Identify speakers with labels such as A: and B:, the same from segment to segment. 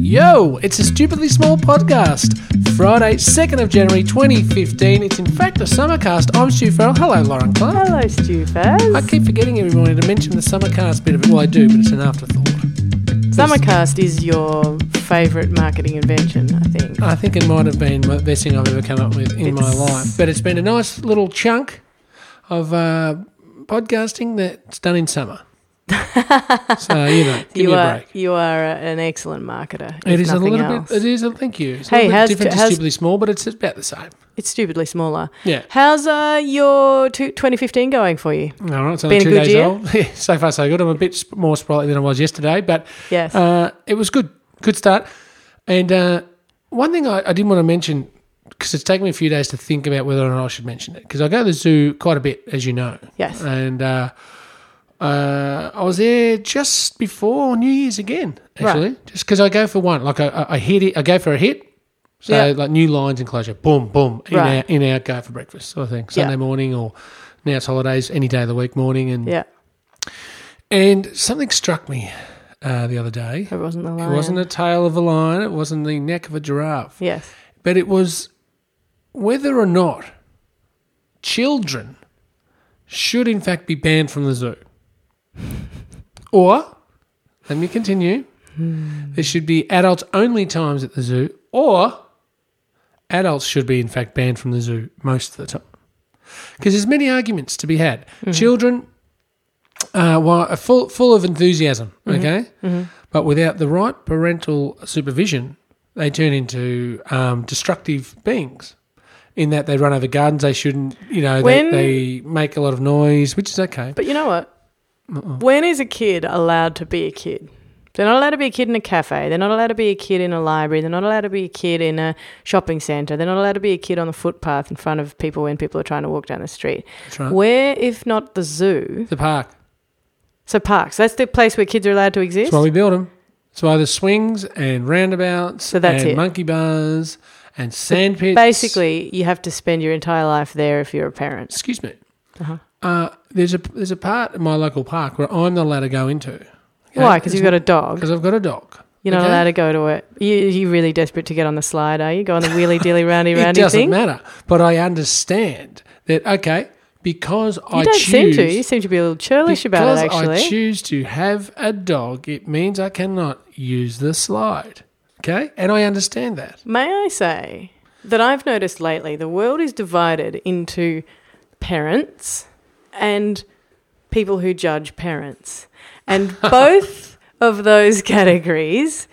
A: Yo, it's a stupidly small podcast. Friday, 2nd of January 2015. It's in fact a summercast. I'm Stu Farrell. Hello, Lauren Clark.
B: Hello,
A: I
B: Stufers.
A: keep forgetting every morning to mention the summercast bit of it. Well, I do, but it's an afterthought.
B: Summercast is your favourite marketing invention, I think.
A: I think it might have been the best thing I've ever come up with in my
B: It's-
A: life. But it's been a nice little chunk of uh, podcasting that's done in summer. so, you know, Oh. give
B: you
A: me a
B: are
A: break.
B: you are a- an excellent marketer. if
A: It is a
B: nothing
A: little
B: else.
A: bit. It is a thank you. It's a
B: Hey,
A: little bit
B: how's-
A: different to
B: how's-
A: stupidly small, but it's about the same.
B: It's stupidly smaller.
A: Yeah.
B: How's uh, your two- 2015 going for you?
A: All right, it's only
B: Been a
A: two
B: good
A: days
B: year?
A: old. Yeah, so far, so good. I'm a bit sp- more sprightly than I was yesterday, but
B: Yes.
A: uh, it was good. Good start. And uh, one thing I, I didn't want to mention, because it's taken me a few days to think about whether or not I should mention it, because I go to the zoo quite a bit, as you know.
B: yes.
A: And uh, uh, I was there just before New Year's again, actually, just because I go for one. Like I- I, I hit it, I go for a hit. So
B: Yeah.
A: like new lines and closure, boom, boom, in
B: Right.
A: out, in out, go for breakfast sort of thing. Sunday
B: Yeah.
A: morning or now it's holidays, any day of the week morning, and
B: yeah.
A: and something struck me uh, the other day.
B: It wasn't the
A: It
B: lion.
A: wasn't a tail of a lion, it wasn't the neck of a giraffe,
B: Yes.
A: but it was whether or not children should in fact be banned from the zoo. Or, let me continue, there should be adults only times at the zoo, or adults should be in fact banned from the zoo most of the time. Because there's many arguments to be had. Children uh, while, are full, full of enthusiasm, okay? But without the right parental supervision, they turn into um, destructive beings. In that they run over gardens, they shouldn't, you know,
B: When-
A: they, they make a lot of noise, which is okay.
B: But you know what? When is a kid allowed to be a kid? They're not allowed to be a kid in a cafe. They're not allowed to be a kid in a library. They're not allowed to be a kid in a shopping centre. They're not allowed to be a kid on the footpath in front of people when people are trying to walk down the street.
A: That's right.
B: Where, if not the zoo?
A: The park.
B: So, parks. That's the place where kids are allowed to exist.
A: That's why we built them. That's why there's swings and roundabouts
B: So that's
A: and
B: it.
A: monkey bars and sand pits.
B: Basically, you have to spend your entire life there if you're a parent.
A: excuse me.
B: Uh-huh.
A: Uh, there's a there's a part in my local park where I'm not allowed to go into.
B: Why? Because you've got a dog.
A: because I've got a dog.
B: You're not
A: okay?
B: allowed to go to it. You, you're really desperate to get on the slide, are you? Go on the wheelie dilly roundy
A: It
B: roundy
A: doesn't
B: thing.
A: matter, but I understand that. Okay, because
B: You
A: I
B: don't
A: choose
B: seem to. You seem to be a little churlish about
A: because
B: it, actually.
A: I choose to have a dog, it means I cannot use the slide. Okay, and I understand that.
B: May I say that I've noticed lately the world is divided into parents and people who judge parents. And both of those categories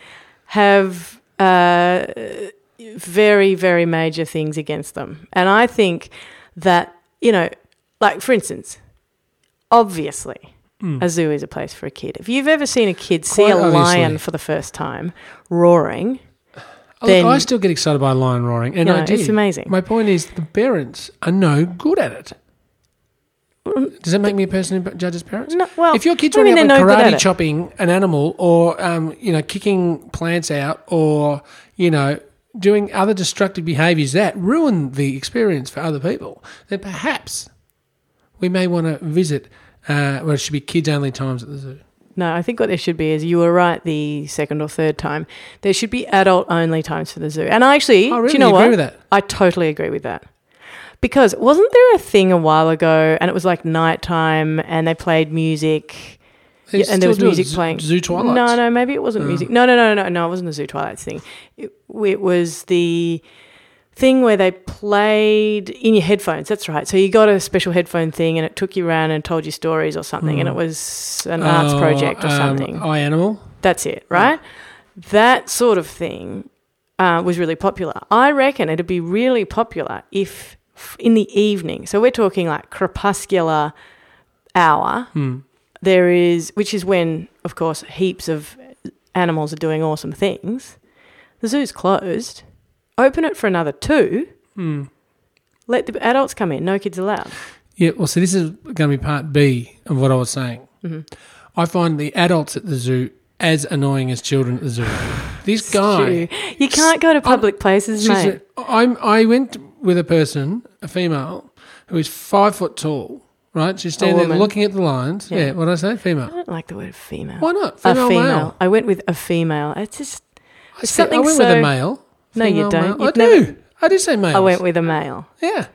B: have uh, very, very major things against them. And I think that, you know, like for instance, obviously. A zoo is a place for a kid. If you've ever seen a kid see
A: Hmm. Quite
B: a
A: obviously.
B: lion for the first time roaring,
A: Oh, Look,
B: then-
A: I still get excited by lion roaring, and
B: No,
A: I did.
B: it's amazing.
A: My point is, the parents are no good at it. Does that make me a person who judges parents?
B: Uh, No, well,
A: if your kids
B: I
A: running
B: mean,
A: out
B: they're
A: with
B: no good at
A: karate
B: it.
A: chopping an animal, or um, you know, kicking plants out, or you know, doing other destructive behaviours that ruin the experience for other people, then perhaps we may want to visit. Uh, where it should be kids only times at the zoo.
B: No, I think what there should be is you were right the second or third time. There should be adult only times for the zoo. And I actually,
A: I Oh, really
B: do you know
A: agree
B: what?
A: with that.
B: I totally agree with that. Because wasn't there a thing a while ago and it was like nighttime and they played music
A: They
B: yeah, and there was
A: still do
B: music
A: zoo-
B: playing?
A: Zoo twilight.
B: No, no, maybe it wasn't
A: Oh.
B: music. No, no, no, no, no, it wasn't the Zoo Twilights thing. It, it was the thing where they played in your headphones. That's right. So you got a special headphone thing and it took you around and told you stories or something and it was an arts
A: Mm. Oh,
B: project or
A: um,
B: something.
A: I animal.
B: That's it, right? That sort of thing uh, was really popular. I reckon it'd be really popular if f- in the evening, so we're talking like crepuscular hour,
A: Hmm.
B: there is, which is when, of course, heaps of animals are doing awesome things. The zoo's closed. Open it for another two.
A: Hmm.
B: Let the adults come in. No kids allowed.
A: Yeah, well, so this is going to be part B of what I was saying.
B: Mm-hmm.
A: I find the adults at the zoo as annoying as children at the zoo. This guy,
B: Stu, You can't go to public places,
A: she's
B: mate.
A: a- I'm, I went with a person, a female, who is five foot tall. Right, she's standing there
B: woman.
A: looking at the lions. Yeah,
B: Yeah.
A: what did I say?
B: I
A: Female.
B: don't like the word female.
A: Why not?
B: a
A: Female,
B: female.
A: male.
B: I went with a female. It's just
A: I said-
B: something
A: I went
B: so-
A: with a male.
B: No, you
A: Female,
B: don't.
A: male. I
B: You'd
A: do.
B: never- Oh,
A: I did say male.
B: I went with a male.
A: Yeah.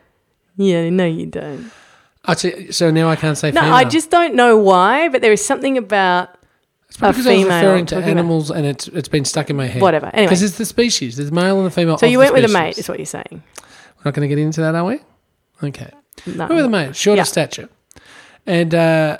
B: Yeah, no, you don't.
A: I see- so now I can't say
B: No,
A: female.
B: I just don't know why, but there is something about
A: it's probably
B: a
A: because I was
B: female
A: referring to
B: talking about-
A: animals and it's it's been stuck in my head.
B: whatever. Anyway,
A: Because it's the species. There's male and the female.
B: so
A: of
B: you
A: the
B: went with a
A: species.
B: mate, is what you're saying.
A: We're not going to get into that, are we? Okay.
B: No,
A: Went with a mate, short
B: Yeah.
A: of stature, and uh,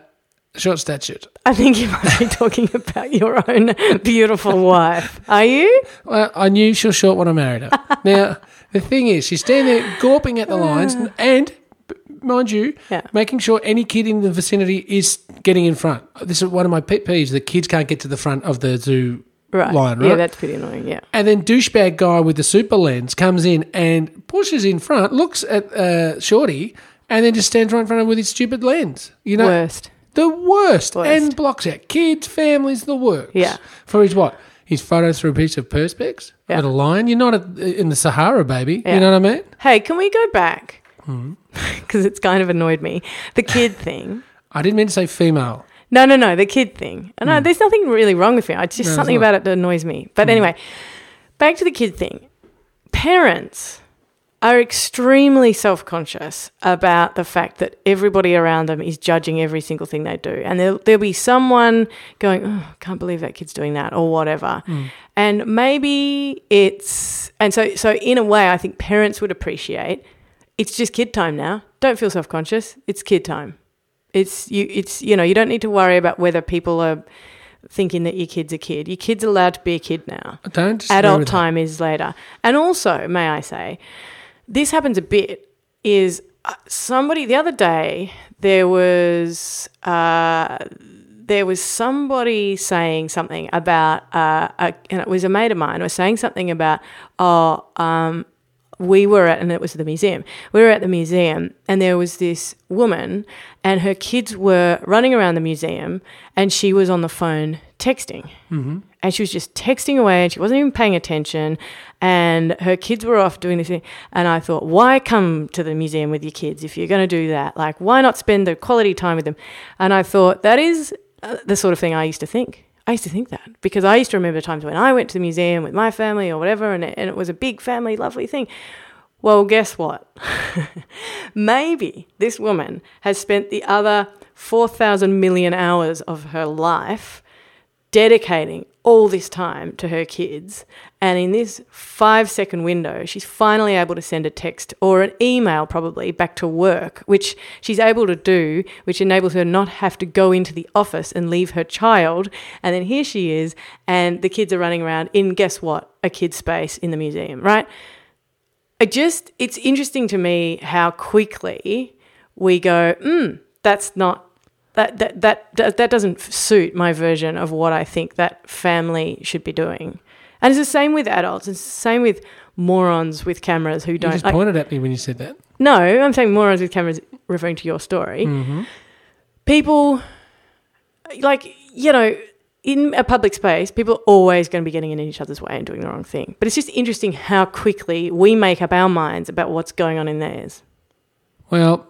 A: short statured.
B: I think you might be talking about your own beautiful wife. Are you?
A: Well, I knew she was short when I married her. now, the thing is, she's standing there gawping at the lines and, and b- mind you,
B: Uh. Yeah.
A: making sure any kid in the vicinity is getting in front. This is one of my pet peeves the kids can't get to the front of the zoo.
B: Right.
A: Lion,
B: Yeah,
A: right?
B: that's pretty annoying. Yeah.
A: And then douchebag guy with the super lens comes in and pushes in front, looks at uh, Shorty, and then just stands right in front of her with his stupid lens. You know,
B: Worst.
A: the worst.
B: Worst.
A: And blocks out kids, families, the works.
B: Yeah.
A: For his what? His photos through a piece of perspex
B: Yeah.
A: with a lion. You're not at, in the Sahara, baby.
B: Yeah.
A: You know what I mean?
B: Hey, can we go back?
A: Hmm.
B: Because it's kind of annoyed me. The kid thing.
A: I didn't mean to say female.
B: No, no, no, the kid thing. And I, there's nothing really wrong with it. It's
A: Hmm.
B: just
A: No, it's
B: something
A: not. Hmm.
B: about it that annoys me. But anyway, back to the kid thing. Parents are extremely self conscious about the fact that everybody around them is judging every single thing they do. And there'll, there'll be someone going, oh, I can't believe that kid's doing that, or whatever.
A: Hmm.
B: And maybe it's, and so, so in a way, I think parents would appreciate it's just kid time now. Don't feel self conscious. It's kid time. It's you. It's you know you don't need to worry about whether people are thinking that your kid's a kid. Your kid's allowed to be a kid now.
A: I don't. disagree
B: Adult
A: with that.
B: time is later. And also, may I say, this happens a bit. Is uh, somebody the other day there was uh, there was somebody saying something about uh, a, and it was a mate of mine was saying something about oh um, we were at, and it was the museum. We were at the museum, and there was this woman, and her kids were running around the museum, and she was on the phone texting. Mm-hmm. And she was just texting away, and she wasn't even paying attention. And her kids were off doing this thing. And I thought, why come to the museum with your kids if you're going to do that? Like, why not spend the quality time with them? And I thought, that is uh, the sort of thing I used to think. I used to think that because I used to remember times when I went to the museum with my family or whatever, and it, and it was a big family, lovely thing. Well, guess what? Maybe this woman has spent the other 4,000 million hours of her life dedicating all this time to her kids. And in this five second window, she's finally able to send a text or an email, probably back to work, which she's able to do, which enables her not have to go into the office and leave her child. And then here she is, and the kids are running around in guess what? A kid's space in the museum, right? I just, it's interesting to me how quickly we go, mm, that's not, that, that, that, that, that doesn't suit my version of what I think that family should be doing. And it's the same with adults. It's the same with morons with cameras who
A: You
B: don't.
A: just
B: like-
A: pointed at me when you said that.
B: no, I'm saying morons with cameras, referring to your story.
A: Mm-hmm.
B: People, like, you know, in a public space, people are always going to be getting in each other's way and doing the wrong thing. But it's just interesting how quickly we make up our minds about what's going on in theirs.
A: Well,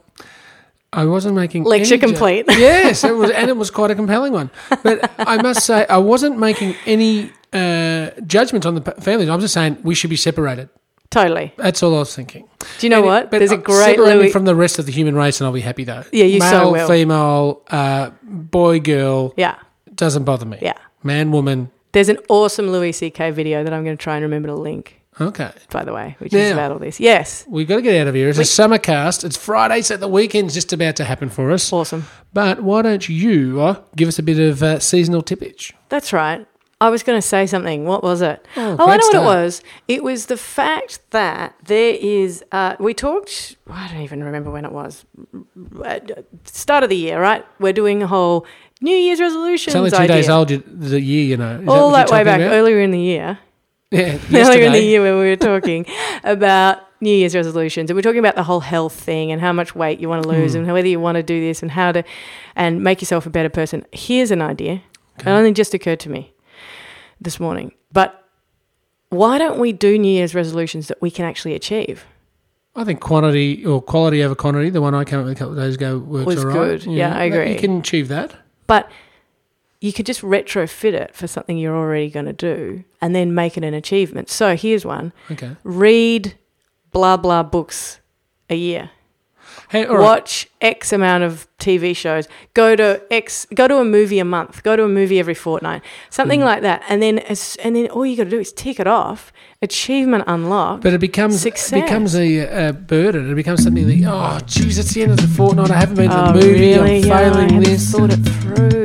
A: I wasn't making
B: Lecture
A: any jo-
B: complete.
A: yes, it was, and it was quite a compelling one. But I must say, I wasn't making any uh, judgment on the p- families. I'm just saying we should be separated.
B: Totally.
A: That's all I was thinking.
B: Do you know
A: And it-
B: what?
A: but
B: There's a
A: uh,
B: great
A: separate me
B: Louis.
A: from the rest of the human race, and I'll be happy though.
B: Yeah, you
A: Male,
B: so will.
A: female, uh, boy, girl
B: yeah,
A: doesn't bother me.
B: yeah.
A: Man, woman.
B: There's an awesome Louis C.K. video that I'm going to try and remember to link,
A: Okay,
B: by the way, which is
A: Now-
B: about all this. Yes.
A: we've got to get out of here. It's a summer cast. It's Friday, so the weekend's just about to happen for us.
B: Awesome.
A: But why don't you uh, give us a bit of uh, seasonal tippage?
B: That's right. I was going to say something. What was it?
A: Oh,
B: I
A: great
B: know
A: start.
B: what it was. It was the fact that there is. Uh, we talked. I don't even remember when it was. At Start of the year, right? We're doing a whole New Year's
A: It's
B: resolutions
A: only two
B: idea.
A: days old. you- The year, you know, Is that
B: All
A: what you're
B: that way
A: talking
B: back
A: about?
B: earlier in the year.
A: Yeah,
B: earlier in the
A: yesterday.
B: year when we were talking about New Year's resolutions, and we're talking about the whole health thing and how much weight you want
A: Hmm.
B: to lose, and whether you want to do this and how to, and make yourself a better person. Here's an idea.
A: Okay.
B: It only just occurred to me this morning, but why don't we do New Year's resolutions that we can actually achieve?
A: I think quantity or quality over quantity, the one I came up with a couple of days ago, works
B: Was
A: all right.
B: good. Yeah, I
A: that-
B: agree.
A: You can achieve that.
B: But you could just retrofit it for something you're already going to do and then make it an achievement. So here's one
A: Okay.
B: read blah, blah books a year.
A: Hey, all right.
B: Watch X amount of TV shows. Go to X. Go to a movie a month. Go to a movie every fortnight.
A: Mm.
B: Something like that. And then, as, and then, all you got to do is tick it off. Achievement unlocked.
A: But it becomes
B: Success.
A: it becomes a, a burden. It becomes something that oh, geez, it's the end of the fortnight. I haven't been to the movie. I'm
B: Oh, Um, Yeah,
A: failing
B: I
A: this.
B: Thought it through.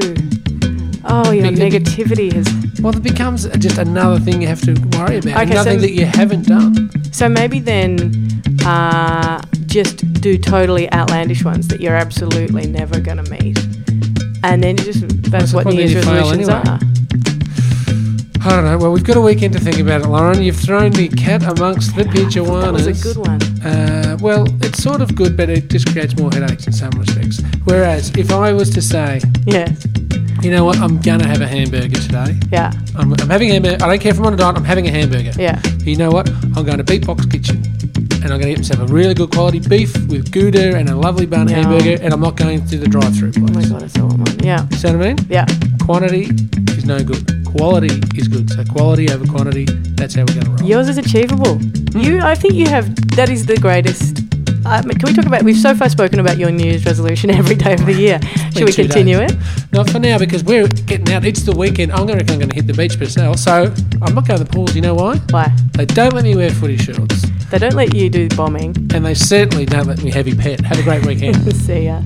B: Oh, your
A: Big- big-
B: negativity has.
A: Well, it becomes just another thing you have to worry about.
B: Okay,
A: Nothing
B: so-
A: that you haven't done.
B: So maybe then, uh, just do totally outlandish ones that you're absolutely never going to meet, and then you just that's
A: the
B: what
A: point
B: New
A: then
B: Year's
A: you fail
B: resolutions
A: anyway?
B: are.
A: I don't know. Well, we've got a weekend to think about it, Lauren. You've thrown the cat amongst the pijuanas.
B: That was a good one.
A: Uh, well, it's sort of good, but it just creates more headaches in some respects. Whereas, if I was to say,
B: Yeah,
A: you know what, I'm gonna have a hamburger today.
B: yeah,
A: I'm, I'm having a hamburger. I don't care if I'm on a diet. I'm having a hamburger.
B: yeah.
A: You know what? I'm going to Beatbox Kitchen, and I'm going to get myself a really good quality beef with gouda and a lovely bun
B: Yeah.
A: hamburger, and I'm not going to the drive-through
B: Oh my
A: place.
B: god, I saw one. Yeah,
A: See what I mean?
B: yeah.
A: Quantity is no good. Quality is good. So quality over quantity. That's how we're going to roll.
B: Yours is achievable. You, I think you have. That is the greatest. I mean, can we talk about? We've so far spoken about your New Year's resolution every day of the year. Should we
A: two
B: continue
A: days.
B: it?
A: Not for now because we're getting out. It's the weekend. I'm going to I'm going to hit the beach myself. So I'm not going to the pools. You know why?
B: Why?
A: They don't let me wear footy shorts,
B: They don't let you do bombing.
A: and they certainly don't let me heavy pet. Have a great weekend.
B: See ya.